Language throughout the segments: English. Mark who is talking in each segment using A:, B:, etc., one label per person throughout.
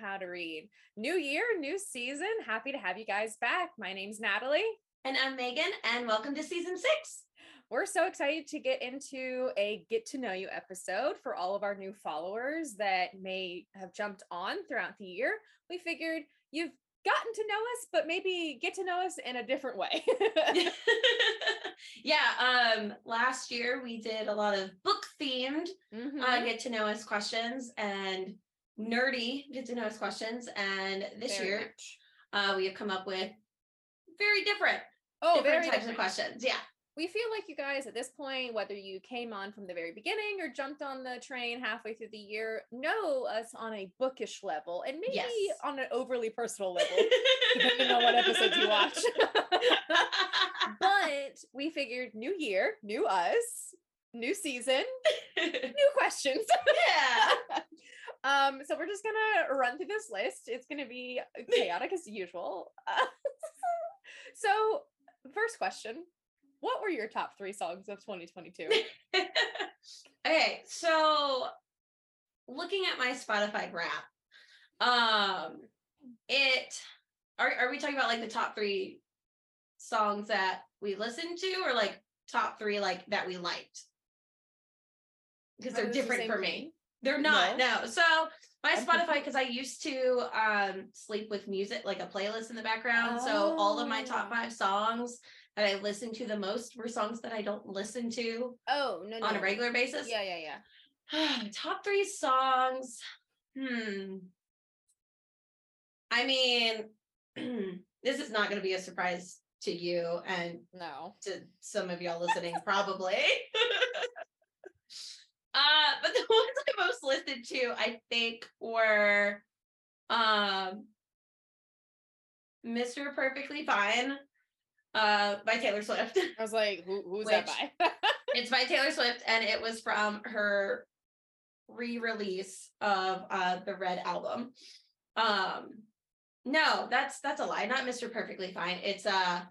A: how to read. New year, new season. Happy to have you guys back. My name's Natalie.
B: And I'm Megan, and welcome to season six.
A: We're so excited to get into a get to know you episode for all of our new followers that may have jumped on throughout the year. We figured you've gotten to know us, but maybe get to know us in a different way.
B: yeah, um, last year we did a lot of book themed
A: Mhm.
B: uh, get to know us questions and nerdy get to know us questions. And this
A: Very
B: year
A: much.
B: uh, we have come up with very different,
A: Oh,
B: different
A: very
B: types
A: different.
B: of questions. Yeah.
A: we feel like you guys at this point, whether you came on from the very beginning or jumped on the train halfway through the year, know us on a bookish level and maybe
B: Yes.
A: on an overly personal level, depending on what episodes you watch. but we figured new year, new us, new season, new questions.
B: yeah.
A: Um, so we're just gonna run through this list. It's gonna be chaotic as usual. Uh, so, first question: What were your top three songs of 2022?
B: okay, so looking at my Spotify rap, um, it are are we talking about like the top three songs that we listened to, or like top three like that we liked? Because
A: Are
B: they're
A: those the
B: different
A: same
B: for
A: thing?
B: me. They're not. No. So my
A: I'm
B: Spotify,
A: confused.
B: because I used to um sleep with music, like a playlist in the background. So all of my top
A: Oh.
B: five songs that I listened to the most were songs that I don't listen to
A: Oh no, no.
B: on a regular basis.
A: Yeah, yeah, yeah.
B: top three songs. Hmm. I mean, this is not going to be a surprise to you and
A: No.
B: to some of y'all listening, probably. uh, but the ones I most listened to, I think, were um, Mr. Perfectly Fine uh, by Taylor Swift.
A: I was like, who, who's that
B: Which-
A: by?
B: it's by Taylor Swift, and it was from her re-release of uh, the Red album. Um, no, that's that's a lie. Not Mr. Perfectly Fine. It's uh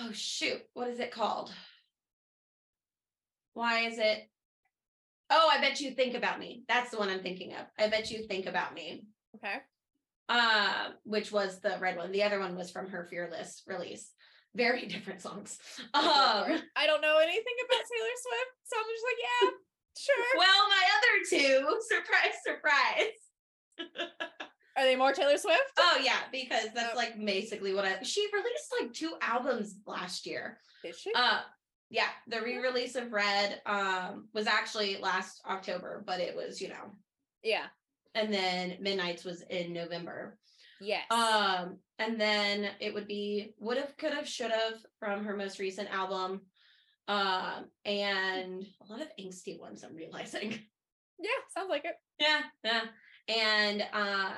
B: oh shoot, what is it called? Why is it? Oh, I bet you think about me. That's the one I'm thinking of. I bet you think about me.
A: okay.
B: Uh, which was the red one. The other one was from her Fearless release. Very different songs. Um,
A: I don't know anything about Taylor Swift, so I'm just like, yeah, sure.
B: Well, my other two, surprise, surprise.
A: Are they more Taylor Swift?
B: Oh yeah, because that's
A: Oh.
B: like basically what I she released like two albums last year.
A: Did she?
B: Uh yeah, the re-release of Red um was actually last October, but it was, you know,
A: yeah.
B: and then Midnight's was in November.
A: Yes.
B: Um, and then it would be would have, could have, should have from her most recent album. Um, and a lot of angsty ones I'm realizing.
A: yeah. Sounds like it.
B: Yeah, yeah. And um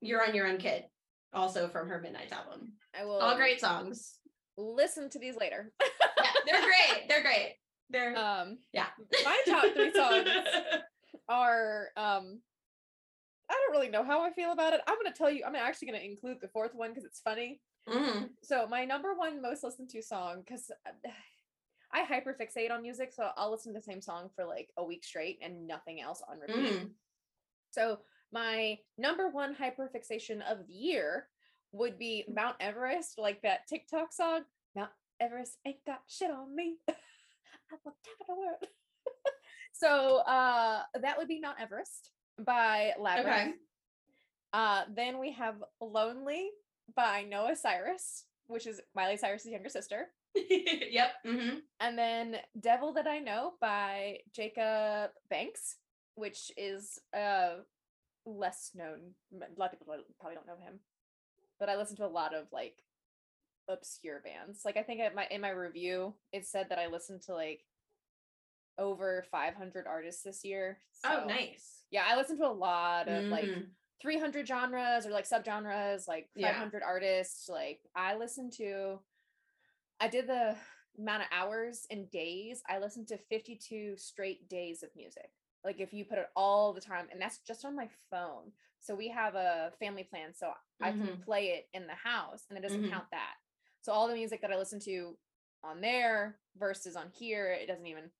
B: You're on Your Own Kid, also from her Midnight album.
A: I will.
B: All great songs.
A: Listen to these later.
B: Yeah, they're great. They're great. They're
A: Um.
B: Yeah.
A: My top three songs. are um I don't really know how I feel about it. I'm gonna tell you, I'm actually gonna include the fourth one because it's funny.
B: Mhm.
A: So my number one most listened to song, because I hyperfixate on music, so I'll listen to the same song for like a week straight and nothing else on repeat.
B: Mhm.
A: So my number one hyperfixation of the year would be Mount Everest, like that TikTok song, Mount Everest ain't got shit on me. I'm on top of the world. so uh that would be Mount Everest by Labyrinth.
B: Okay.
A: Uh then we have Lonely by Noah Cyrus, which is Miley Cyrus's younger sister.
B: yep. hmm
A: And then Devil That I Know by Jacob Banks, which is uh less known. m- A lot of people don't- probably don't know him. But I listen to a lot of like obscure bands. Like I think at my in my review it said that I listened to like over 500 artists this year.
B: Oh,
A: so-
B: nice.
A: Yeah, I listened to a lot of like
B: Mhm.
A: 300 genres or like subgenres, like
B: Yeah.
A: 500 artists. Like I listened to, I did the amount of hours and days. I listened to 52 straight days of music. Like if you put it all the time, and that's just on my phone. So we have a family plan, so I can
B: Mhm.
A: play it in the house, and it doesn't
B: Mhm.
A: count that. So all the music that I listen to on there versus on here, it doesn't even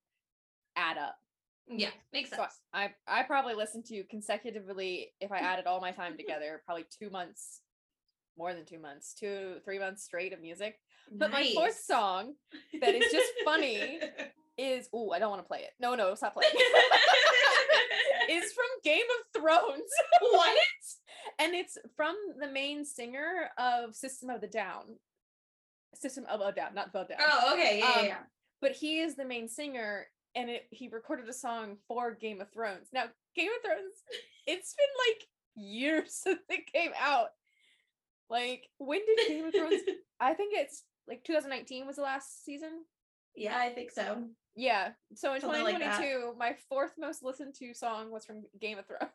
A: add up.
B: Yeah, makes
A: So
B: sense.
A: I I probably listened to consecutively if I added all my time together, probably two months, more than two months, two three months straight of music. But my fourth
B: Nice.
A: song that is just funny. is oh I don't want to play it. No no stop playing. is from Game of Thrones
B: what?
A: and it's from the main singer of System of the Down. System of a Down, not the Down.
B: Oh, okay. Yeah, yeah,
A: Um,
B: yeah.
A: but he is the main singer and it, he recorded a song for game of thrones now game of thrones it's been like years since it came out like when did game of thrones i think it's like 2019 was the last season
B: yeah, I think so.
A: yeah so in
B: Something like that.
A: 2022 my fourth most listened to song was from game of thrones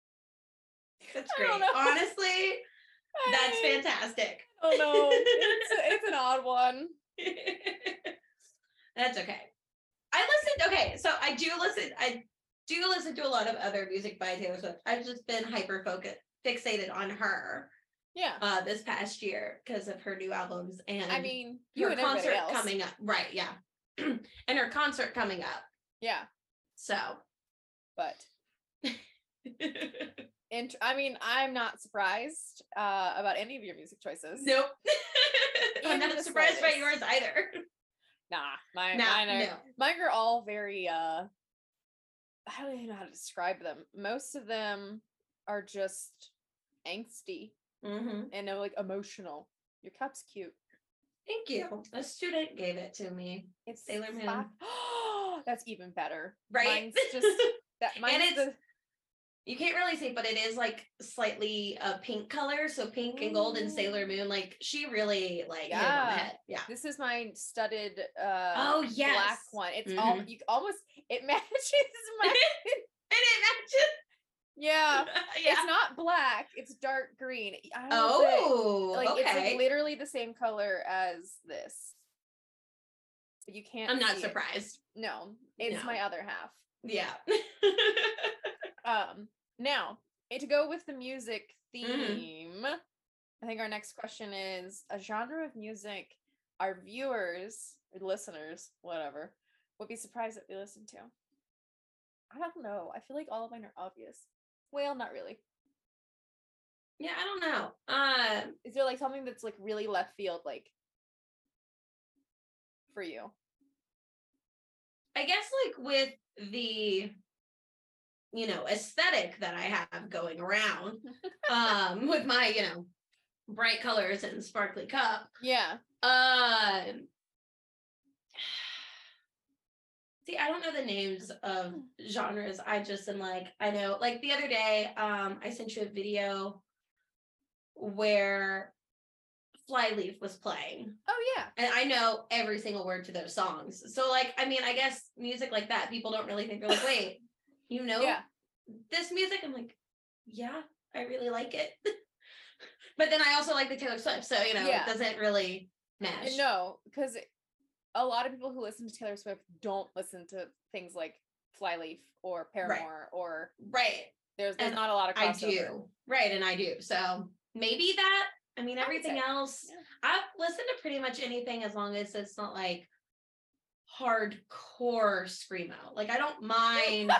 B: That's
A: I
B: great.
A: don't know.
B: Honestly, that's
A: I
B: fantastic.
A: don't know it's, it's an odd one
B: That's okay. I listened. Okay, so I do listen. I do listen to a lot of other music by Taylor Swift. I've just been hyper focused, fixated on her
A: yeah
B: uh this past year because of her new albums and
A: i mean you
B: her
A: and everybody
B: Um, concert
A: else.
B: coming up. Right? Yeah, and her concert coming up.
A: yeah
B: So.
A: but int- I mean, I'm not surprised uh, about any of your music choices.
B: Nope. I'm
A: Even
B: not
A: the
B: surprised by
A: slightest.
B: yours either.
A: Nah, mine,
B: Nah,
A: mine, are,
B: no.
A: mine are all very. uh I don't even know how to describe them. Most of them are just angsty
B: Mm-hmm.
A: and uh, like emotional. Your cup's cute.
B: Thank you. A student gave it to me.
A: It's
B: Sailor Moon.
A: Oh, that's even better.
B: Right?
A: Mine's just that. Mine's
B: it's
A: the-
B: you can't really see, but it is like slightly a pink color. So pink and gold and Sailor Moon. Like she really like hit it on the
A: Mm. Yeah.
B: head. Yeah.
A: This is my studded. uh
B: oh yes. Mm-hmm.
A: Black one. It's all you c- almost it matches my
B: And it
A: yeah.
B: matches. yeah.
A: Uh, It's not black. It's dark green. I don't know if it-
B: Oh,
A: like it's like
B: okay.
A: literally the same color as this. But you can't.
B: I'm not
A: see it.
B: surprised.
A: No, it's
B: No.
A: my other half.
B: Yeah.
A: Um, now eh, to go with the music
B: Mm-hmm.
A: theme, I think our next question is a genre of music our viewers, or listeners, whatever, would be surprised that we listen to. I don't know. I feel like all of mine are obvious. Well, not really.
B: yeah, I don't know. Um
A: is there like something that's like really left field like for you
B: I guess like with the you know aesthetic that I have going around um with my you know bright colors and sparkly cup
A: yeah
B: um see I don't know the names of
A: Mm.
B: genres I just am like I know like the other day um I sent you a video where Flyleaf was playing
A: oh yeah
B: and I know every single word to those songs. So like, I mean, I guess music like that, people don't really think they're like, wait, you know
A: yeah
B: this music? I'm like, yeah, I really like it. but then I also like the Taylor Swift, so you know,
A: Yeah.
B: it doesn't really match.
A: And no because a lot of people who listen to taylor swift don't listen to things like flyleaf or paramore or
B: Right.
A: there's, there's
B: And
A: not a lot of
B: I
A: crossover.
B: do. Right, and I do. So maybe that. I mean,
A: I would
B: everything
A: say,
B: else,
A: yeah.
B: I've listened to pretty much anything as long as it's not like hardcore screamo. Like I don't mind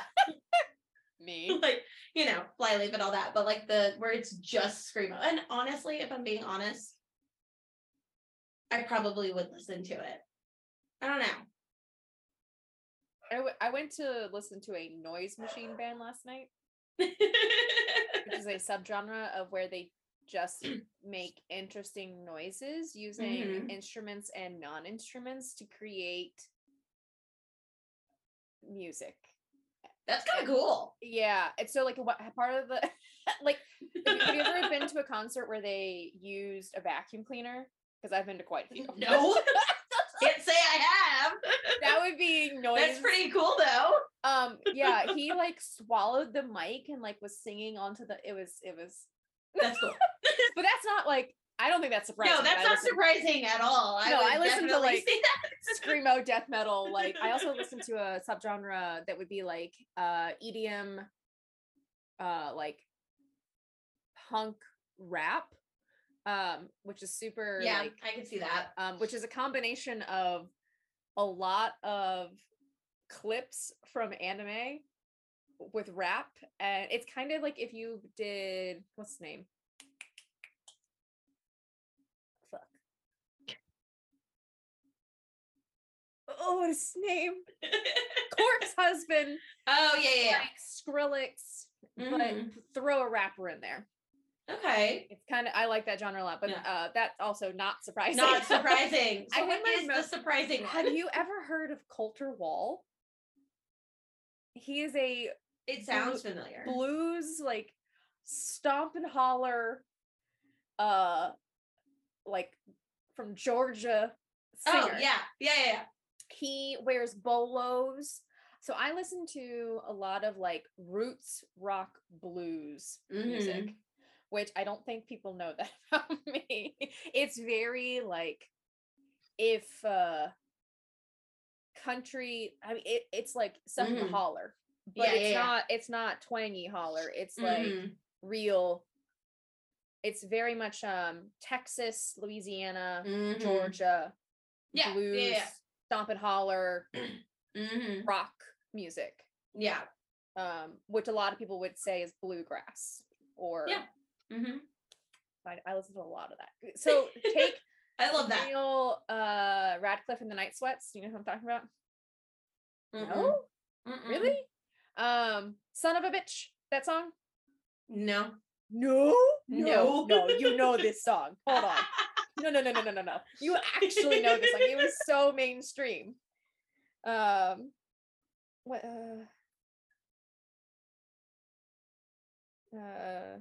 A: me
B: like you know flyleaf and all that but like the where it's just screamo and honestly if i'm being honest i probably would listen to it i don't know
A: I, w- I went to listen to a noise machine band last night which is a subgenre of where they just make interesting noises using
B: Mhm.
A: instruments and non-instruments to create music.
B: that's kind of cool
A: Yeah, and so like what part of the like have you- have you ever been to a concert where they used a vacuum cleaner? Because I've been to quite a few.
B: no can't say i have
A: that would be noise.
B: that's pretty cool though
A: Um, yeah, he like swallowed the mic and like was singing onto the. It was it was,
B: that's cool
A: but that's not like I don't think that's surprising.
B: no
A: but I
B: that's not
A: listened-
B: surprising at all
A: No,
B: would
A: I listen to,
B: definitely
A: like-
B: see that.
A: screamo death metal like i also listen to a subgenre that would be like uh edm uh like punk rap um which is super
B: yeah
A: like
B: i can see that
A: um which is a combination of a lot of clips from anime with rap, and it's kind of like if you did what's his name? Fuck. Oh, what is his name? Corpse husband.
B: oh yeah, yeah.
A: like Skrillex,
B: yeah. Mhm.
A: but throw a rapper in there.
B: Okay.
A: It's kind of I like that genre a lot, but
B: Yeah.
A: uh, that's also not surprising.
B: Not surprising.
A: I
B: So
A: had
B: what
A: my
B: is the
A: most-
B: surprising
A: Have
B: one?
A: you ever heard of Coulter Wall? He is a
B: It sounds familiar.
A: blues like stomp and holler, uh, like from Georgia. Singer.
B: Oh yeah, yeah, yeah. yeah.
A: He wears bolos. So I listen to a lot of like roots rock blues
B: Mm-hmm.
A: music, which I don't think people know that about me. It's very like if uh country I mean it, it's like something
B: Mhm.
A: to holler, but
B: Yeah,
A: it's
B: yeah, yeah.
A: not it's not twangy holler. It's like
B: Mhm.
A: real it's very much um Texas, Louisiana,
B: Mhm.
A: Georgia,
B: Yeah, yeah,
A: blues,
B: yeah, yeah.
A: stomp and holler,
B: Mhm.
A: rock music
B: Yeah.
A: um, which a lot of people would say is bluegrass or
B: Yeah. Mhm.
A: I, I listen to a lot of that. So take
B: I love that.
A: Neil uh, Radcliffe and the Night Sweats. Do you know who I'm talking about?
B: Mm-mm.
A: No,
B: mm-hmm. Mm-mm.
A: really? Um, Son of a bitch. That song?
B: No.
A: No, no,
B: No.
A: no. You know this song. Hold on. No, no, no, no, no, no, no. You actually know this song. It was so mainstream. Um, what? Uh, uh,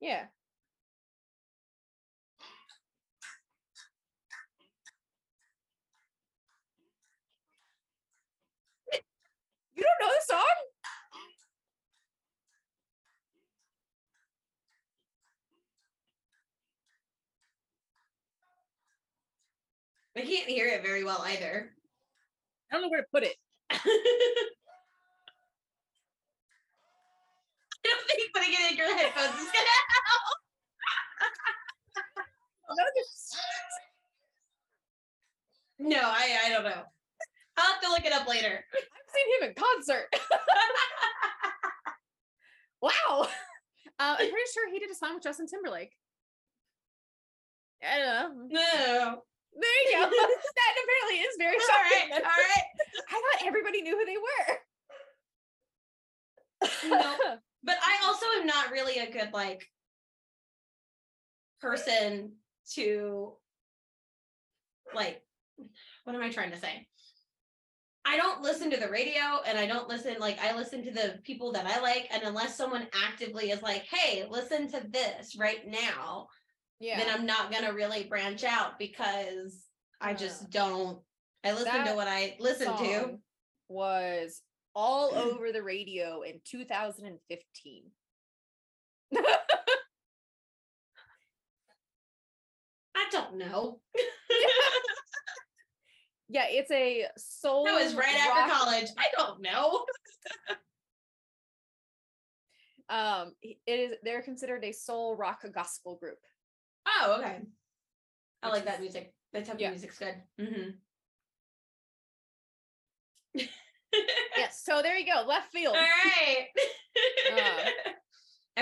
A: yeah. You don't know the song?
B: I can't hear it very well either.
A: I don't know where to put it.
B: I don't think putting it in your headphones is gonna
A: No, there's-
B: No, I I don't know. I'll have to look it up later.
A: I've seen him in concert. wow. Uh, I'm pretty sure he did a song with Justin Timberlake. I don't know.
B: No.
A: There you go. that apparently is very
B: All right,
A: shocking.
B: all right.
A: I thought everybody knew who they were.
B: Nope. But I also am not really a good like person to like what am I trying to say? I don't listen to the radio and I don't listen like I listen to the people that I like and unless someone actively is like, "Hey, listen to this right now."
A: yeah.
B: then I'm not gonna really branch out because I
A: Uh,
B: just don't. I listen to
A: that
B: what I listen to.
A: song was all over the radio in 2015.
B: I don't know.
A: Yeah, it's a soul.
B: That was right after
A: rock
B: college. I don't know.
A: um it is they're considered a soul rock gospel group
B: Oh, okay. I
A: Which
B: like that
A: is-
B: music. That type
A: yeah.
B: of music's good. hmm
A: yes so there you go left field
B: All right.
A: Oh.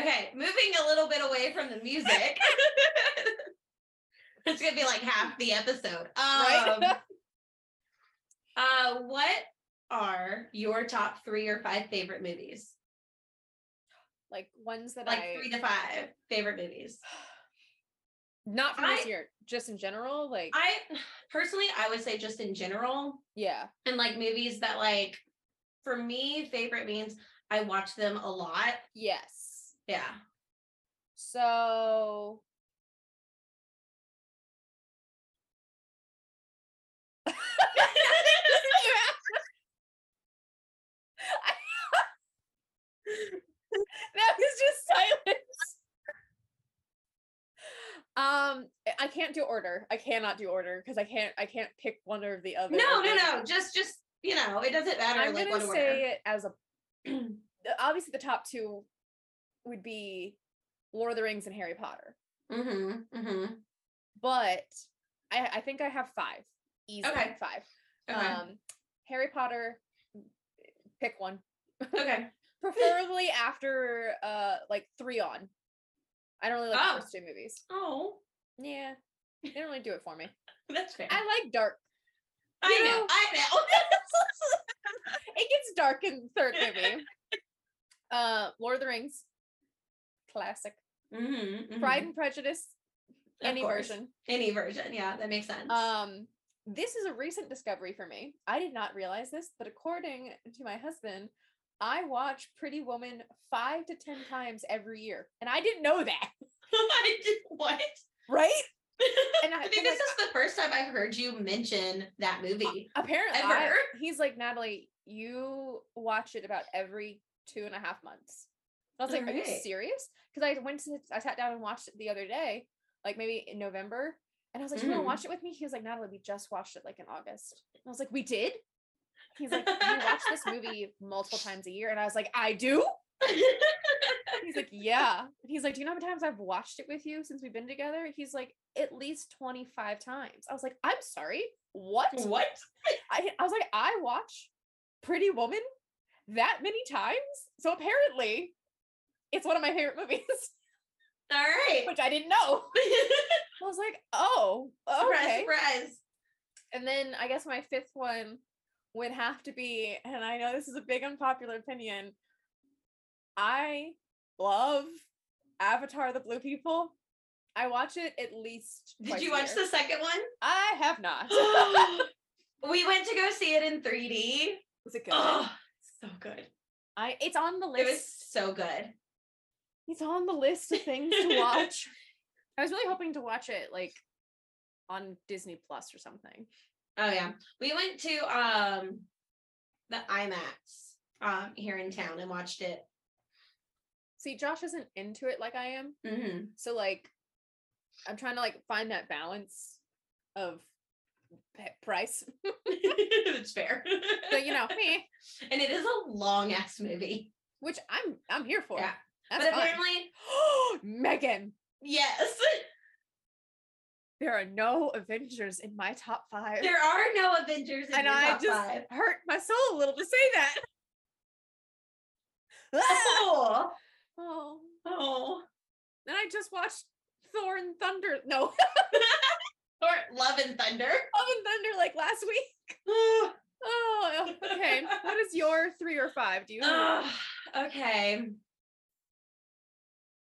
A: Uh.
B: okay, moving a little bit away from the music. it's gonna be like half the episode.
A: right
B: Um, Uh, what are your top three or five favorite movies?
A: like ones that
B: Like
A: i
B: three to five favorite movies.
A: not from this
B: I-
A: year just in general like
B: I personally, I would say just in general,
A: yeah
B: and like movies that like for me, favorite means I watch them a lot.
A: yes
B: Yeah.
A: so that was just silence um I- i can't do order i cannot do order because i can't i can't pick one or the other
B: No,
A: or
B: no,
A: both.
B: no. Just, just you know, it doesn't matter.
A: I'm
B: like
A: gonna
B: what
A: say
B: order.
A: it as a the- obviously the top two would be Lord of the Rings and Harry Potter,
B: Mm-hmm. Mm-hmm.
A: but I, I think I have five. Easy
B: Okay.
A: five.
B: Okay.
A: Um, Harry Potter. Pick one,
B: okay.
A: preferably after uh like three on. I don't really like
B: Oh.
A: the first two movies.
B: Oh,
A: Yeah, they don't really do it for me.
B: that's fair. I,
A: I like dark. you
B: know.
A: know-
B: I
A: It gets dark in the third movie. Uh, Lord of the Rings, classic.
B: know. mm-hmm,
A: Pride and Prejudice, any
B: course.
A: version.
B: Any version. Yeah, that makes sense.
A: Um, this is a recent discovery for me. I did not realize this, but according to my husband, I watch Pretty Woman five to ten times every year, and I didn't know that.
B: I did, what?
A: Right? And I, Uh,
B: I
A: and,
B: think this
A: like,
B: is the first time I've heard you mention that movie.
A: apparently, I-
B: ever.
A: he's like Natalie. You watch it about every two and a half months. I was like, "Are you
B: Alright.
A: serious?" Because I went to, I sat down and watched it the other day, like maybe in November, and I was like, "You want
B: Mm.
A: to watch it with me?" He was like, "Natalie, we just watched it like in August." And I was like, "We did." He's like, "You watch this movie multiple times a year," and I was like, "I do." He's like, "Yeah." And he's like, "Do you know how many times I've watched it with you since we've been together?" He's like, "At least twenty five times." I was like, "I'm sorry, what?"
B: what?
A: I, I was like, I watch Pretty Woman that many times. So apparently it's one of my favorite movies,
B: All right.
A: which I didn't know. I was like, oh,
B: surprise,
A: okay.
B: surprise.
A: And then I guess my fifth one would have to be, and I know this is a big unpopular opinion. I love Avatar the Blue People. I watch it at least.
B: Did
A: twice
B: you
A: a
B: watch
A: year.
B: the second
A: I have not.
B: one? we went to go see it in 3D.
A: Was it good?
B: Oh, so good.
A: I it's on the list.
B: It was so good.
A: It's on the list of things to watch. I was really hoping to watch it like on Disney Plus or something.
B: Oh yeah. We went to um the IMAX um here in town and watched it.
A: See, Josh isn't into it like I am.
B: Mhm.
A: So like I'm trying to like find that balance of p- price.
B: it's fair.
A: So you know, me,
B: and it is a long ass movie.
A: which I'm I'm here for.
B: Yeah.
A: That's
B: but
A: fine.
B: apparently,
A: Megan,
B: yes,
A: there are no Avengers in my top 5.
B: there are no Avengers in
A: and
B: your
A: I
B: top
A: just
B: five.
A: hurt my soul a little to say that. Ah!
B: Oh,
A: oh.
B: oh,
A: And I just watched Thor and Thunder. No, Love
B: or Love and Thunder.
A: and Thunder like last week. Oh, okay. what is your three or five? Do you?
B: Ah, okay.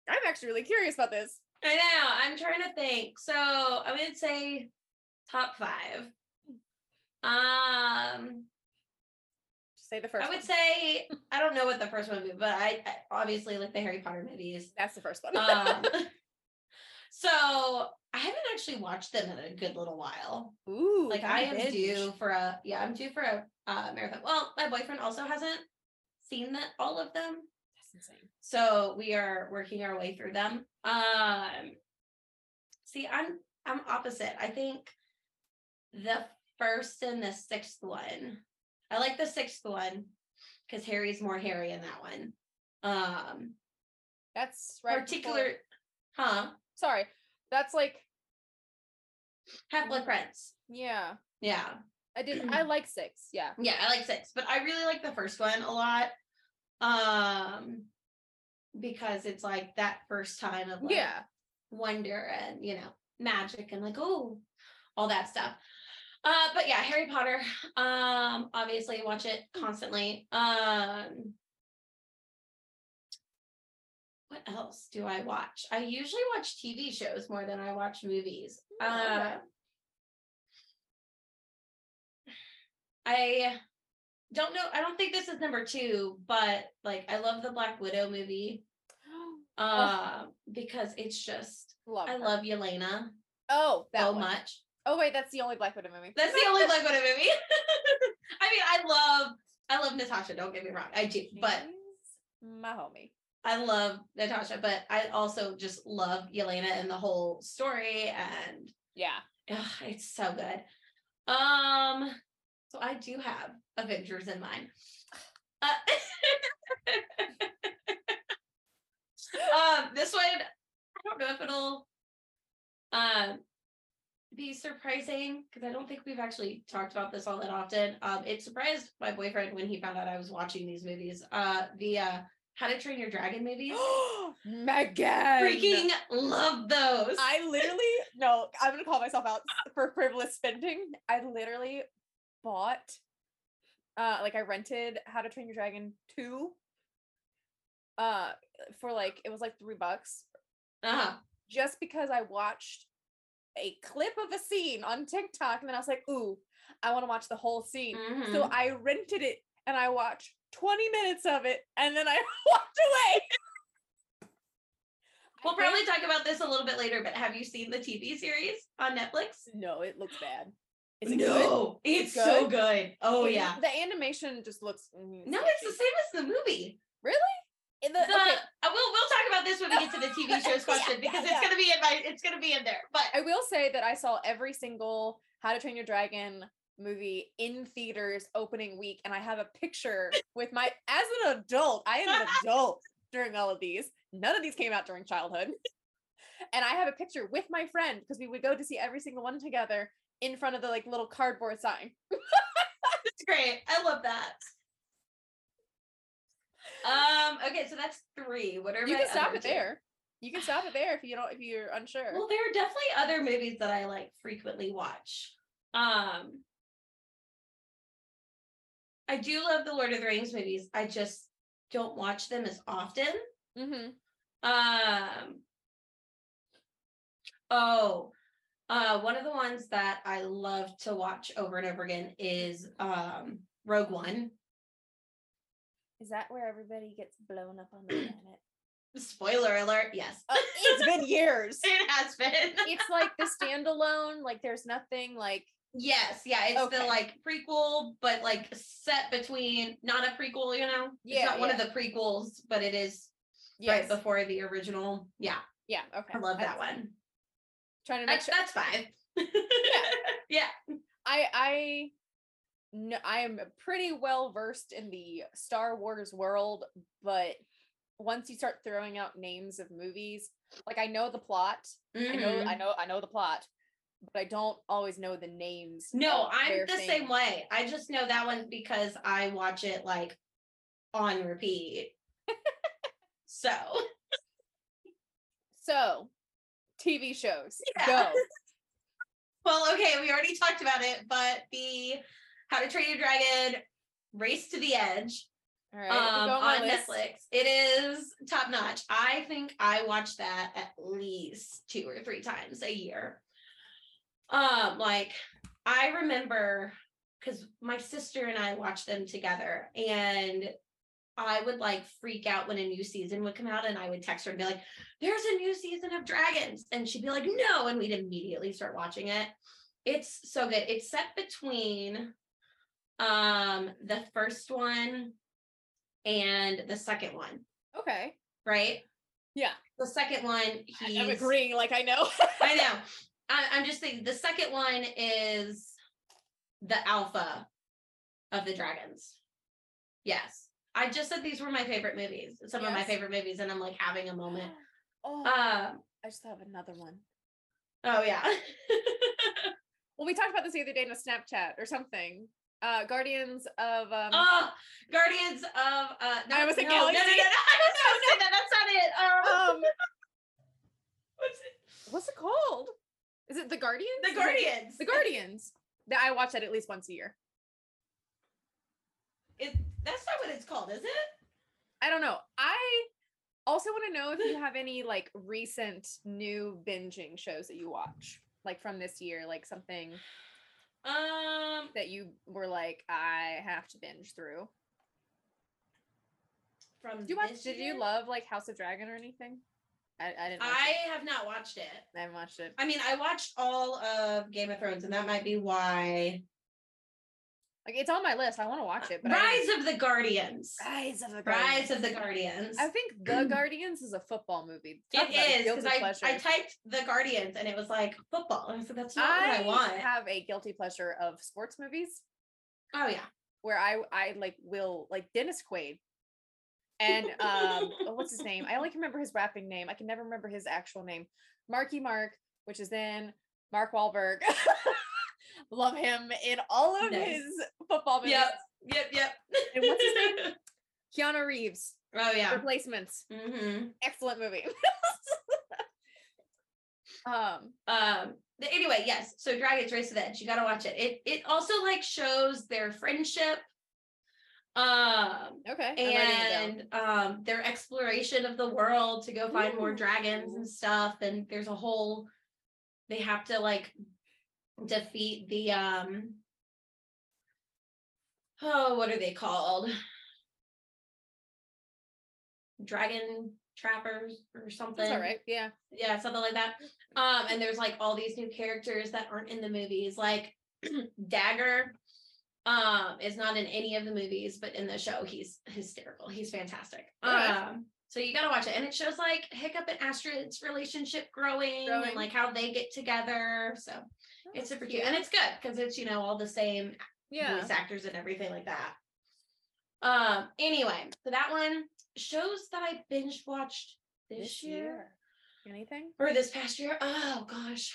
A: I'm actually really curious about this.
B: I know. I'm trying to think. So I would say top five. Um,
A: Just say the first.
B: I would
A: one.
B: say I don't know what the first one would be, but I, I obviously like the Harry Potter movies.
A: that's the first one.
B: Um, so I haven't actually watched them in a good little while.
A: Ooh,
B: Like
A: gotta
B: I am
A: binge.
B: due for a yeah, I'm due for a uh, marathon. Well, my boyfriend also hasn't seen that all of them,
A: That's insane.
B: so we are working our way through them. Um, see, I'm I'm opposite. I think the first and the sixth one. I like the sixth one because Harry's more Harry in that one. Um,
A: That's right. before-
B: particular, huh?
A: Sorry, that's like
B: Half Blood Prince.
A: yeah.
B: Yeah,
A: I did. I like six. Yeah.
B: yeah, I like six, but I really like the first one a lot. Um, because it's like that first time of like,
A: Yeah.
B: wonder and you know magic and like oh all that stuff uh but yeah harry potter um obviously watch it constantly um what else do i watch i usually watch tv shows more than i watch movies
A: Oh, okay.
B: uh, i don't know i don't think this is number two but like i love the black widow movie uh, because it's just
A: Love.
B: I
A: her.
B: love Yelena
A: Oh, that
B: so
A: one.
B: much.
A: Oh wait, that's the only Black Widow movie.
B: That's the only Black Widow movie. I mean, I love I love Natasha. Don't get me wrong, I do, but
A: She's my homie.
B: I love Natasha. But I also just love Yelena and the whole story, and
A: Yeah.
B: ugh, it's so good. Um, so I do have Avengers in mind. Uh, um, this one I don't know if it'll um be surprising because I don't think we've actually talked about this all that often. Um, it surprised my boyfriend when he found out I was watching these movies. Uh, the uh, How to Train Your Dragon movies.
A: Megan.
B: Freaking love those.
A: I literally no, I'm gonna call myself out for frivolous spending. I literally bought uh like I rented How to Train Your Dragon 2 uh for like it was like three bucks
B: uh-huh.
A: just because I watched a clip of a scene on TikTok and then I was like, ooh, I want to watch the whole scene. So
B: Mhm.
A: I rented it and I watched 20 minutes of it and then I walked away. I
B: We'll
A: think-
B: probably talk about this a little bit later, but have you seen the TV series on Netflix?
A: No, it looks bad. Is it good?
B: no, it's so good. Oh
A: It-
B: yeah.
A: The animation just looks mm,
B: No,
A: sketchy.
B: it's the same as the movie.
A: In the,
B: The,
A: okay,
B: uh, we'll we'll talk about this when we get to the TV shows
A: Yeah,
B: question
A: yeah,
B: because
A: yeah.
B: it's gonna be in my it's gonna be in there. But
A: I will say that I saw every single How to Train Your Dragon movie in theaters opening week, and I have a picture with my as an adult. I am an adult during all of these. None of these came out during childhood. And I have a picture with my friend because we would go to see every single one together in front of the like little cardboard sign.
B: That's great. I love that. Um. Okay, so that's three. What are
A: You
B: my
A: can stop
B: other
A: it
B: two?
A: there. You can stop it there if you don't if you're unsure.
B: Well, there are definitely other movies that I like frequently watch. Um. I do love the Lord of the Rings movies. I just don't watch them as often.
A: mm-hmm.
B: Um. Oh, uh, one of the ones that I love to watch over and over again is um Rogue One.
A: Is that where everybody gets blown up on the planet?
B: Spoiler alert! Yes,
A: Uh, it's been years.
B: it has been.
A: it's like the standalone like there's nothing like
B: Yes, yeah, it's the
A: Okay.
B: like prequel, but like set between not a prequel, you know.
A: Yeah,
B: it's not one of the prequels, but it is
A: yes
B: right before the original. Yeah,
A: yeah okay
B: I love that
A: was
B: one.
A: trying to make
B: That's
A: sure
B: that's five. yeah,
A: i i no, i am pretty well versed in the star wars world but once you start throwing out names of movies like i know the plot i know
B: Mhm.
A: i know i know the plot but i don't always know the names
B: No,
A: of
B: I'm
A: their
B: the same
A: things.
B: way. I just know that one because I watch it like on repeat. so
A: so tv shows
B: Yeah.
A: go
B: well, okay, we already talked about it, but the How to Train Your Dragon Race to the Edge
A: all right
B: um,
A: go on,
B: on
A: my list.
B: Netflix. It is top notch. I think I watch that at least two or three times a year. Um, like I remember because my sister and I watched them together, and I would like freak out when a new season would come out, and I would text her and be like, "There's a new season of Dragons," and she'd be like, "No," and we'd immediately start watching it. It's so good. It's set between um the first one and the second one,
A: okay
B: right?
A: yeah
B: The second one,
A: I-
B: he's.
A: i'm agreeing like i know
B: I know. I, I'm just thinking. The second one is the alpha of the dragons. Yes, I just said these were my favorite movies. Some of my
A: Yes.
B: favorite movies, and I'm like having a moment.
A: oh
B: Um.
A: I just have another one.
B: Oh yeah.
A: Well, we talked about this the other day in a Snapchat or something. Uh, Guardians of um,
B: oh, Guardians of. Uh, no,
A: I was
B: no,
A: a
B: no, no, no, no,
A: galaxy.
B: I was gonna say that. That's not it. Um,
A: um,
B: what's it?
A: what's it called? Is it the Guardians?
B: The
A: Is it
B: Guardians.
A: The Guardians. That I watch that at least once a year.
B: It, that's not what it's called, is it?
A: I don't know. I also want to know if you have any like recent new binging shows that you watch, like from this year, like something
B: Um.
A: that you were like, I have to binge through.
B: From
A: Did you watch?
B: this
A: Did
B: year?
A: you love like House of Dragon or anything? I, I didn't. Watch
B: I
A: it.
B: have not watched it.
A: I haven't watched it.
B: I mean, I watched all of Game of Thrones, and that might be why
A: Like it's on my list. I want to watch it. But I
B: Rise of the Guardians.
A: haven't- Rise of the
B: Rise of the Guardians.
A: I think The Guardians is a football movie. Talk about a
B: it is
A: guilty
B: because I,
A: pleasure.
B: I typed the Guardians and it was like football. I said that's not
A: I
B: what I want.
A: have a guilty pleasure of sports movies
B: oh yeah,
A: where I I like will like Dennis Quaid and um oh, what's his name? I only can remember his rapping name. I can never remember his actual name. Marky Mark, which is then Mark Wahlberg. Love him in all of
B: Nice.
A: his football movies.
B: Yep. Yep. Yep.
A: And what's his name? Keanu Reeves.
B: oh yeah.
A: Replacements.
B: Mm-hmm.
A: Excellent movie. um,
B: Um. th- Anyway, yes. So Dragon's Race to the Edge. You gotta watch it. It it also like shows their friendship. Um.
A: okay. I'm writing it down.
B: and um, their exploration of the world to go find more dragons and stuff. And there's a whole they have to like defeat the um oh what are they called dragon trappers or something
A: that's all right. Yeah.
B: yeah something like that um and there's like all these new characters that aren't in the movies like dagger um is not in any of the movies but in the show he's hysterical he's fantastic
A: Okay.
B: um so you got to watch it and it shows like hiccup and astrid's relationship growing,
A: Growing.
B: and like how they get together so it's super cute and it's good because it's you know all the same
A: yeah.
B: voice actors and everything like that. Um, anyway, so that one shows that I binge watched this, year,
A: Anything?
B: or this past year. Oh gosh.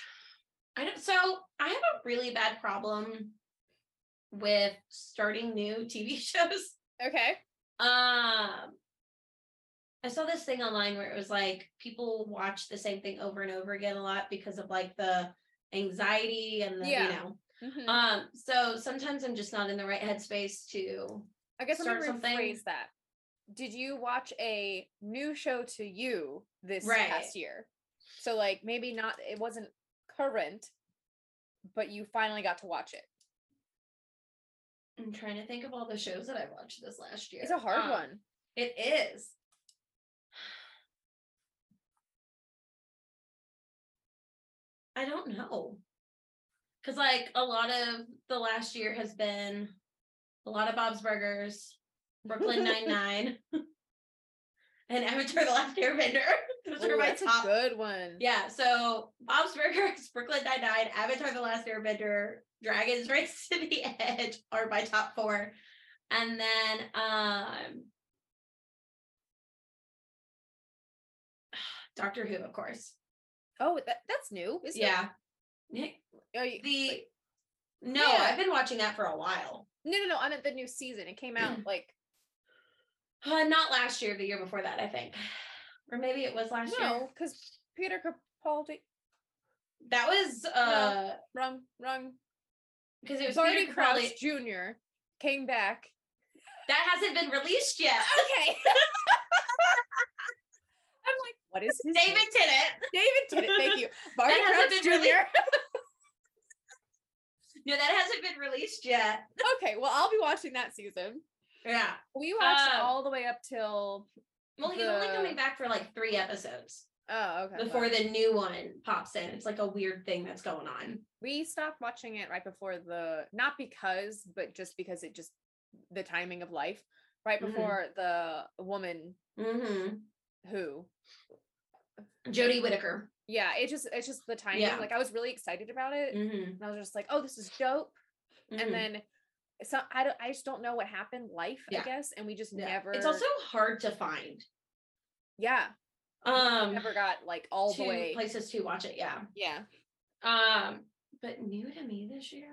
B: I don't so I have a really bad problem with starting new TV shows.
A: Okay.
B: Um I saw this thing online where it was like people watch the same thing over and over again a lot because of like the anxiety and the
A: Yeah.
B: you know.
A: Mhm.
B: Um so sometimes I'm just not in the right headspace to
A: I guess let me
B: start something.
A: rephrase that. Did you watch a new show to you this
B: Right.
A: past year? So like maybe not it wasn't current, but you finally got to watch it.
B: I'm trying to think of all the shows that I watched this last year.
A: It's a hard
B: Um,
A: one.
B: It is. I don't know. Cause like a lot of the last year has been a lot of Bob's Burgers, Brooklyn Nine Nine, and Avatar: The Last Airbender. Those are
A: Ooh,
B: my
A: that's
B: top
A: a good one.
B: yeah, so Bob's Burgers, Brooklyn Nine-Nine, Avatar The Last Airbender, Dragon's Race to the Edge are my top four. And then um Doctor Who, of course.
A: Oh, that, that's new. Isn't Oh,
B: yeah.
A: It? Are you,
B: The no,
A: Yeah.
B: I've been watching that for a while.
A: no, no, no. I meant the new season. It came out like
B: Uh, not last year, the year before that, I think. Or maybe it was last year.
A: no, because Peter Capaldi.
B: That was uh
A: Wrong, wrong.
B: because it was
A: Barty
B: Peter
A: Crouch
B: Crowley.
A: Jr. came back.
B: That hasn't been released yet.
A: Okay. I'm like, what is his name?
B: David Tennant.
A: David did it. Thank you. Barty
B: hasn't
A: Crouch Jr.
B: been released. No, that hasn't been released yet.
A: okay, well, I'll be watching that season.
B: Yeah.
A: We watched
B: Um,
A: all the way up till
B: Well, he's only
A: The-
B: coming back for like three episodes
A: oh okay.
B: before
A: well,
B: the new one pops in. It's like a weird thing that's going on.
A: we stopped watching it right before the not because, but just because it just the timing of life. Right
B: Mhm.
A: before the woman
B: Mm-hmm.
A: who
B: Jodie Whittaker.
A: yeah, it just it's just the timing.
B: Yeah.
A: Like I was really excited about it.
B: Mm-hmm.
A: And I was just like, oh, this is dope.
B: Mm.
A: and then so I don't I just don't know what happened life I
B: Mm-hmm. Yeah.
A: guess and we just never
B: It's also hard to find.
A: yeah
B: Um,
A: never got like all the
B: two
A: way
B: places to watch it. Yeah.
A: yeah
B: Um, but new to me this year.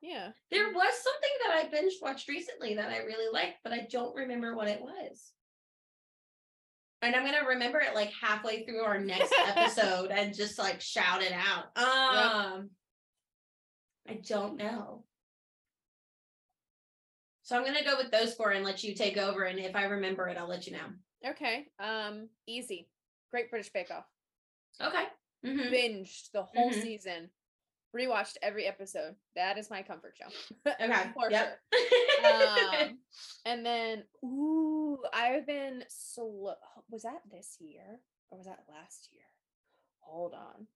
A: yeah
B: There was something that I binge watched recently that I really liked, but I don't remember what it was. And I'm gonna remember it like halfway through our next episode and just like shout it out. Um, I don't know. So I'm gonna go with those four and let you take over. And if I remember it, I'll let you know.
A: okay um easy Great British Bake Off
B: Okay. Mhm.
A: binged the whole
B: Mhm.
A: season rewatched every episode that is my comfort show
B: Okay.
A: for
B: Yep.
A: sure um, and then ooh I've been slow was that this year or was that last year hold on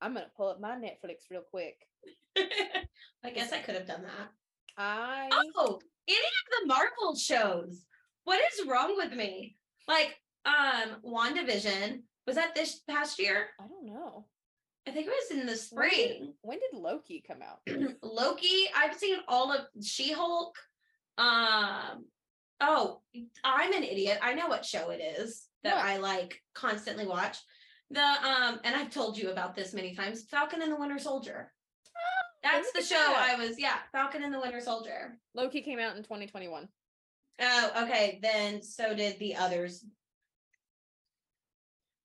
A: I'm gonna pull up my Netflix real quick
B: I guess I could have done that.
A: I
B: Oh, any of the Marvel shows. What is wrong with me? Like, um, WandaVision, was that this past year?
A: I don't know.
B: I think it was in the
A: When did-
B: spring.
A: When did Loki come out?
B: Loki, I've seen all of She-Hulk. Um, oh, I'm an idiot. I know what show it is that
A: What?
B: I like constantly watch. The um, and I've told you about this many times. Falcon and the Winter Soldier. That's
A: Oh, look
B: the
A: at
B: show
A: that.
B: I was. Yeah, Falcon and the Winter Soldier.
A: Loki came out in 2021.
B: Oh, okay. Then so did the others.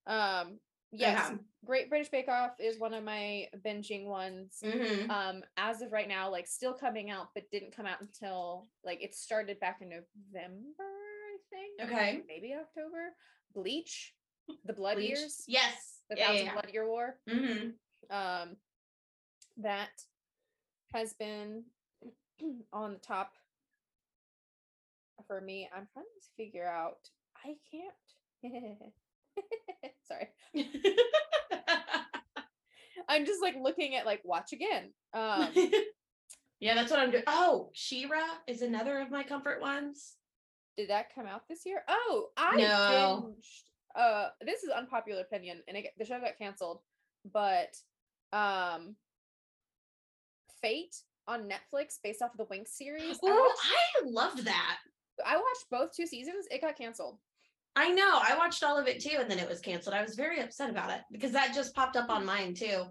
B: Uh-huh.
A: Um, yes, Great British Bake Off is one of my binging ones.
B: Mm-hmm.
A: Um, as of right now, like still coming out, but didn't come out until like it started back in November, I think.
B: Okay.
A: maybe October. Bleach, the Blood
B: Bleach?
A: Years,
B: Yes.
A: the
B: Yeah,
A: Thousand
B: yeah,
A: Blood Year War.
B: yeah. Mhm.
A: Um, that has been on the top for me. I'm trying to figure out. I can't. Sorry.
B: Mm-hmm.
A: I'm just like looking at like watch again. Um
B: yeah, that's what I'm doing. Oh, Shira is another of my comfort ones.
A: did that come out this year? Oh, I
B: No.
A: binged. Uh, this is unpopular opinion, and it, got- the show got canceled. But, um, Fate on Netflix, based off of the Wink series. I
B: Oh,
A: watched,
B: I loved that.
A: I watched both two seasons. It got canceled.
B: I know. I watched all of it too, and then it was canceled. I was very upset about it because that just popped up on mine too.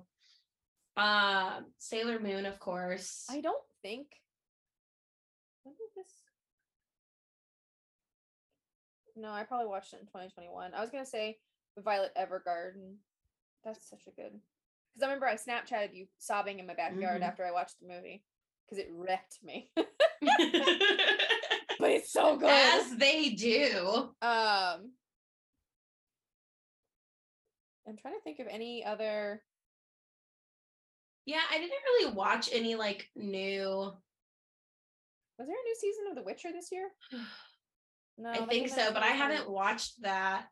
B: Um, Sailor Moon, of course.
A: I don't think. When did this? No, I probably watched it in 2021. I was gonna say Violet Evergarden. That's such a good. Because I remember I Snapchatted you sobbing in my backyard
B: Mhm.
A: after I watched the movie because it wrecked me. but it's so good.
B: As they do.
A: Um, I'm trying to think of any other.
B: Yeah, I didn't really watch any like new.
A: Was there a new season of The Witcher this year? No,
B: Oh, I
A: that
B: think
A: came out in
B: so, but I
A: 2020.
B: haven't watched that.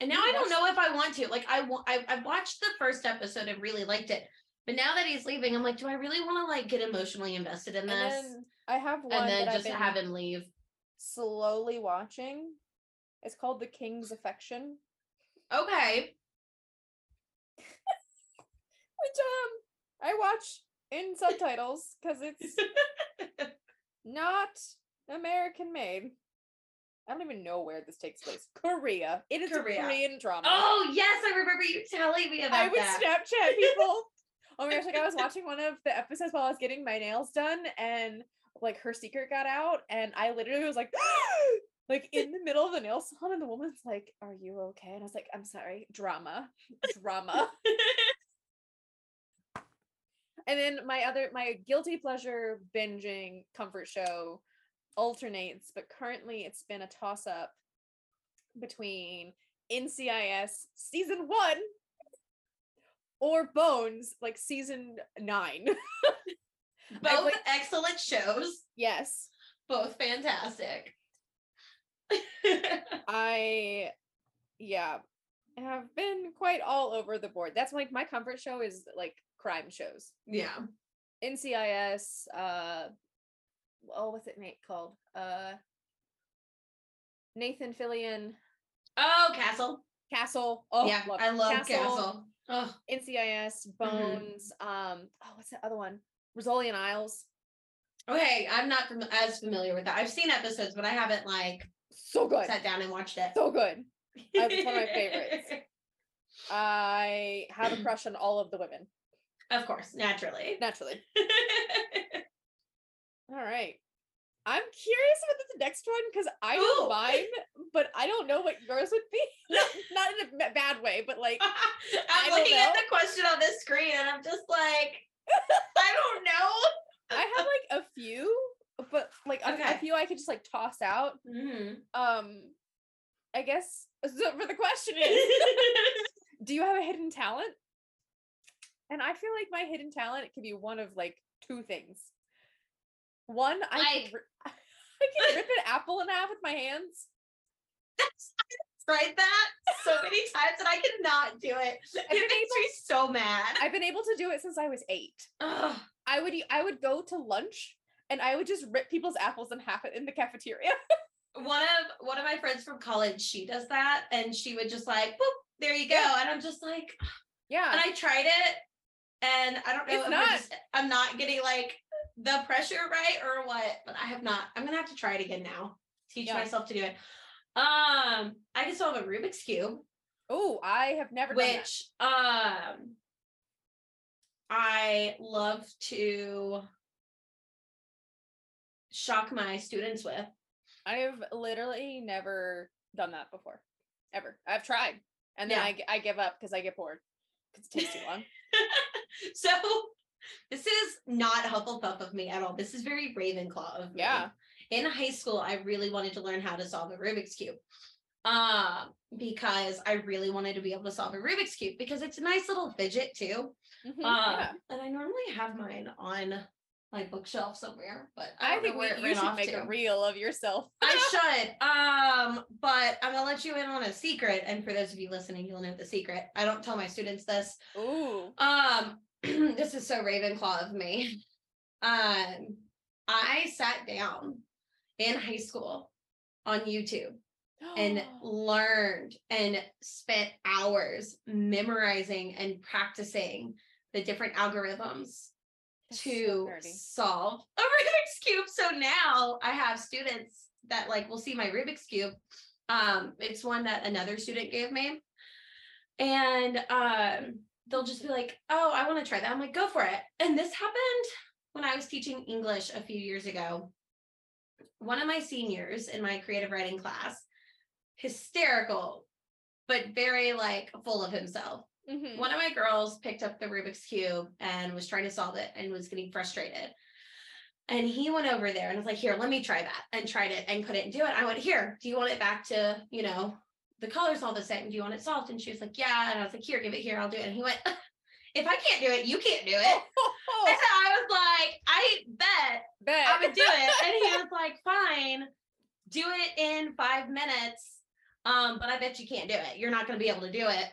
B: And
A: You
B: now I
A: watched-
B: don't know if I want to. Like I, wa- I I watched the first episode and really liked it. But now that he's leaving, I'm like, do I really want to like get emotionally invested
A: And
B: in this?
A: then I have one
B: and then
A: that
B: just
A: I've been
B: have him leave.
A: slowly watching. It's called The King's Affection,
B: Okay.
A: which um I watch in subtitles because it's not American made. I don't even know where this takes place. Korea. It is
B: Korea.
A: a Korean drama.
B: Oh yes, I remember you telling me about
A: I would
B: that.
A: Snapchat people. oh my gosh, like I was watching one of the episodes while I was getting my nails done and like her secret got out and I literally was like like in the middle of the nail salon and the woman's like, Are you okay? And I was like, I'm sorry, drama. Drama. and then my other my guilty pleasure binging comfort show alternates, but currently it's been a toss-up between NCIS season one or Bones, like season nine.
B: Both
A: like-
B: excellent shows,
A: yes.
B: both fantastic.
A: I, yeah, have been quite all over the board. That's like my comfort show is like crime shows.
B: yeah.
A: NCIS, uh, oh, what's it mate called? Uh, Nathan Fillion,
B: Oh, Castle.
A: Castle. Oh,
B: yeah, I love Castle. Mm-hmm. Oh,
A: NCIS, Bones. Um, oh, what's that other one? Rosalian Isles.
B: okay. I'm not fam- as familiar with that. I've seen episodes, but I haven't like
A: So good.
B: sat down and watched it.
A: So good. it's one of my favorites. I have a crush on all of the women,
B: Of course, naturally.
A: naturally. All right. I'm curious about this next one because I know
B: Ooh.
A: mine, but I don't know what yours would be. Not, not in a ba- bad way, but like, I
B: I'm
A: don't
B: looking at
A: know.
B: the question on the screen and I'm just like, I don't know.
A: I have like a few, but like a- a
B: Okay.
A: few I could just like toss out.
B: Mhm.
A: Um, I guess. So for the question is, do you have a hidden talent? And I feel like my hidden talent could be one of like two things. One, I
B: Like-
A: can, I can rip an apple in half with my hands.
B: Tried that so many times and I cannot do it.
A: been
B: It makes me so mad.
A: I've been able to do it since I was eight.
B: Ugh.
A: I would e- I would go to lunch and I would just rip people's apples in half in the cafeteria.
B: one of one of my friends from college, she does that, and she would just like, boop, there you go,
A: Yeah.
B: and I'm just like, and
A: Yeah,
B: I tried it, and I don't know
A: It's
B: if
A: not-
B: I'm, just, I'm not getting like the pressure right or what, but I have not. I'm gonna have to try it again now. Teach
A: Yeah.
B: myself to do it. Um, I just still have a Rubik's cube.
A: Oh, I have never done that.
B: which um I love to shock my students with.
A: I've literally never done that before, ever. I've tried, and then
B: Yeah.
A: I g- I give up because I get bored because it takes too long.
B: So this is not Hufflepuff of me at all. This is very Ravenclaw of me.
A: Yeah.
B: In high school, I really wanted to learn how to solve a Rubik's cube. Um, because I really wanted to be able to solve a Rubik's cube because it's a nice little fidget too.
A: Mhm,
B: Um,
A: yeah.
B: and I normally have mine on my bookshelf somewhere, but I,
A: I
B: don't
A: think
B: know
A: we,
B: where it
A: you
B: ran
A: should
B: off
A: make
B: to.
A: a reel of yourself.
B: I should. Um, but I'm gonna let you in on a secret. And for those of you listening, you'll know the secret. I don't tell my students this.
A: Ooh,
B: Um, this is so Ravenclaw of me. Um, I sat down in high school on YouTube and learned and spent hours memorizing and practicing the different algorithms
A: That's so
B: to
A: nerdy.
B: solve a Rubik's cube. So now I have students that like will see my Rubik's cube. Um, it's one that another student gave me, and um, they'll just be like, "Oh, I want to try that." I'm like, "Go for it!" And this happened when I was teaching English a few years ago. One of my seniors in my creative writing class, hysterical, but very like full of himself
A: Mhm.
B: one of my girls picked up the Rubik's Cube and was trying to solve it and was getting frustrated. And he went over there and was like, Here, let me try that. And tried it and couldn't do it. I went, Here, do you want it back to, you know, the color's all the same? Do you want it solved? And she was like, Yeah. And I was like, Here, give it here. I'll do it. And he went, If I can't do it, you can't do it.
A: Oh.
B: And so I was like, I bet
A: Bet.
B: I would do it. And he was like, Fine, do it in five minutes. Um, but I bet you can't do it. You're not going to be able to do it.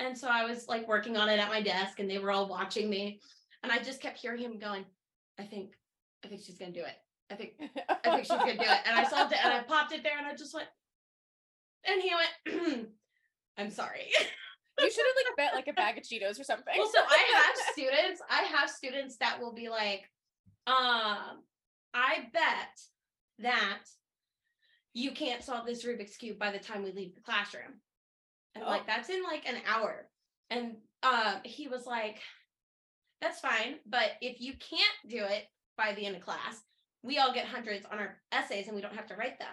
B: And so I was like working on it at my desk and they were all watching me. And I just kept hearing him going, I think, I think she's gonna do it. I think, I think she's gonna do it. And I solved it and I popped it there and I just went, and he went, I'm sorry.
A: you should have like bet like a bag of Cheetos or something.
B: Well, so I have students, I have students that will be like, um, I bet that you can't solve this Rubik's Cube by the time we leave the classroom. And I'm
A: Oh.
B: like, that's in like an hour. And um, he was like, that's fine, but if you can't do it by the end of class, we all get hundreds on our essays and we don't have to write them.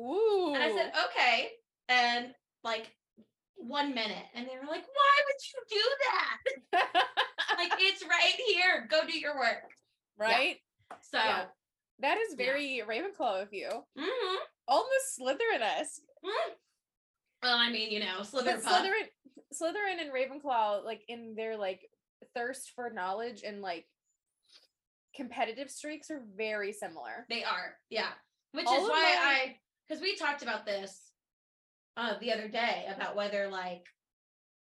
A: Ooh.
B: And I said, okay. And like one minute. And they were like, why would you do that? uh, like it's right here. Go do your work.
A: right?
B: So
A: Yeah. That is
B: Yeah.
A: very Ravenclaw of you.
B: mhm,
A: Almost Slytherin-esque.
B: mm. well, I mean, you know,
A: But
B: Slytherin. puff.
A: Slytherin, Slytherin and Ravenclaw, like in their like thirst for knowledge and like competitive streaks are very similar.
B: They are, yeah. Which
A: All
B: is
A: of
B: why
A: my-
B: I, because we talked about this uh the other day about whether like,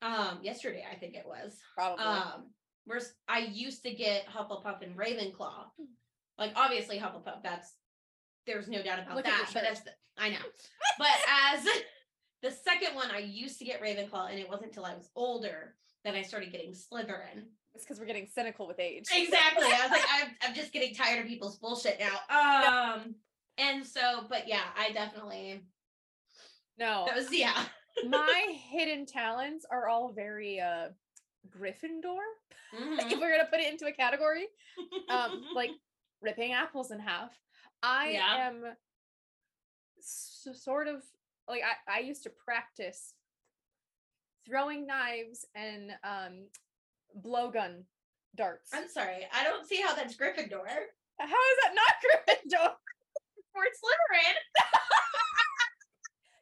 B: um, yesterday I think it was.
A: Probably.
B: Um, where s- I used to get Hufflepuff and Ravenclaw. Like obviously Hufflepuff. That's there's no doubt about
A: Look at your
B: that. But
A: shirt.
B: that's the, I know. But as the second one, I used to get Ravenclaw, and it wasn't till I was older that I started getting Slytherin.
A: it's because we're getting cynical with age.
B: Exactly. I was like, I'm, I'm just getting tired of people's bullshit now. Um, and so, but yeah, I definitely
A: No.
B: that was yeah.
A: my hidden talents are all very uh Gryffindor.
B: Mhm.
A: If we're gonna put it into a category. Mm-hmm. um like ripping apples in half i
B: Yeah.
A: am s- sort of like I, I used to practice throwing knives and um blowgun darts
B: I'm sorry, I don't see how that's Gryffindor.
A: how is that not gryffindor
B: For Slytherin.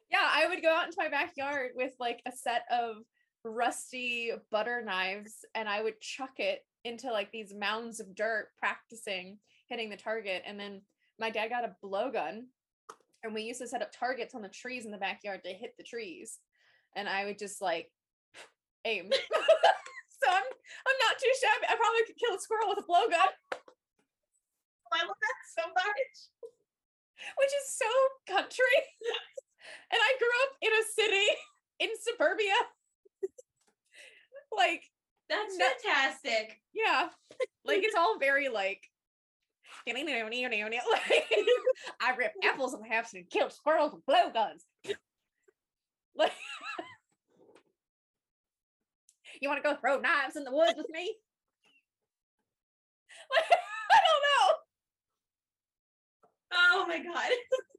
A: yeah i would go out into my backyard with like a set of rusty butter knives and i would chuck it into like these mounds of dirt practicing hitting the target and then my dad got a blowgun and we used to set up targets on the trees in the backyard to hit the trees and i would just like aim so i'm i'm not too shabby i probably could kill a squirrel with a blowgun
B: I love that so much.
A: which is so country. and I grew up in a city in suburbia. like,
B: That's
A: No-
B: fantastic.
A: yeah, like it's all very like. like, I rip apples in half and kill squirrels with blowguns. Like You want to go throw knives in the woods with me? I don't know.
B: Oh my god.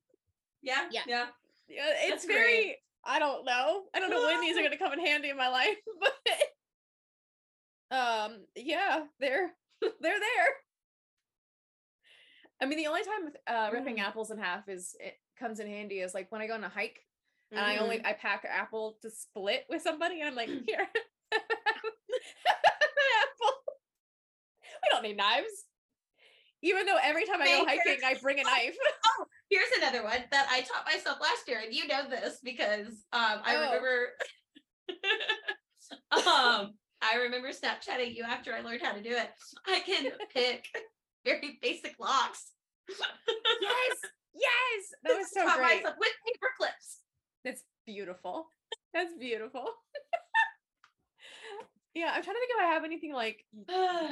B: yeah.
A: Yeah.
B: Yeah.
A: Yeah, It's
B: That's great.
A: very. I don't know. I don't know when these are going to come in handy in my life, but um, yeah, they're they're there. I mean, the only time uh, ripping
B: Mm.
A: apples in half is it comes in handy is like when I go on a hike and I
B: Mm-hmm.
A: only I pack an apple to split with somebody, and I'm like, here, have an apple. We don't need knives. Even though every time I go
B: Baker.
A: hiking, I bring a knife.
B: Here's another one that I taught myself last year, and you know this because um, I
A: Oh.
B: remember. um, I remember Snapchatting you after I learned how to do it. I can pick very basic locks.
A: yes, yes, that was so
B: Taught
A: great.
B: myself with paper clips.
A: That's beautiful. That's beautiful. yeah, I'm trying to think if I have anything like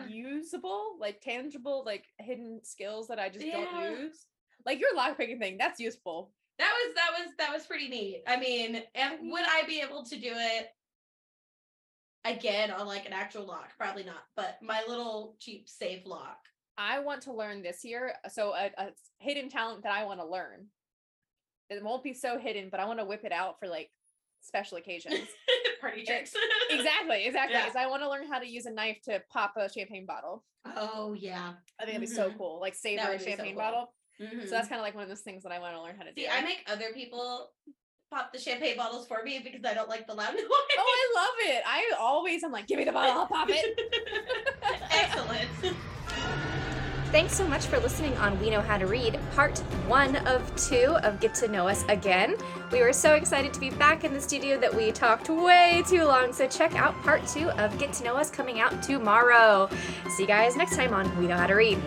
A: usable, like tangible, like hidden skills that I just
B: Yeah.
A: don't use. Like your lockpicking thing, that's useful.
B: That was that was that was pretty neat. I mean,
A: Mm-hmm.
B: and would I be able to do it again on like an actual lock? Probably not. But my little cheap safe lock.
A: I want to learn this year. So a, a hidden talent that I want to learn. It won't be so hidden, but I want to whip it out for like special occasions.
B: Party tricks.
A: exactly, exactly.
B: Yeah.
A: Is I want to learn how to use a knife to pop a champagne bottle.
B: oh yeah.
A: I think that'd be so
B: Mhm.
A: cool. Like savor
B: would
A: a
B: be so
A: champagne
B: cool.
A: bottle.
B: Mhm.
A: So that's kind of like one of those things that I want to learn how to do.
B: See, I make other people pop the champagne bottles for me because I don't like the loud noise.
A: oh, I love it. I always, I'm like, give me the bottle, I'll pop it.
B: Excellent.
C: Thanks so much for listening on We Know How to Read, part one of two of Get to Know Us Again. We were so excited to be back in the studio that we talked way too long, so check out part two of Get to Know Us coming out tomorrow. See you guys next time on We Know How to Read.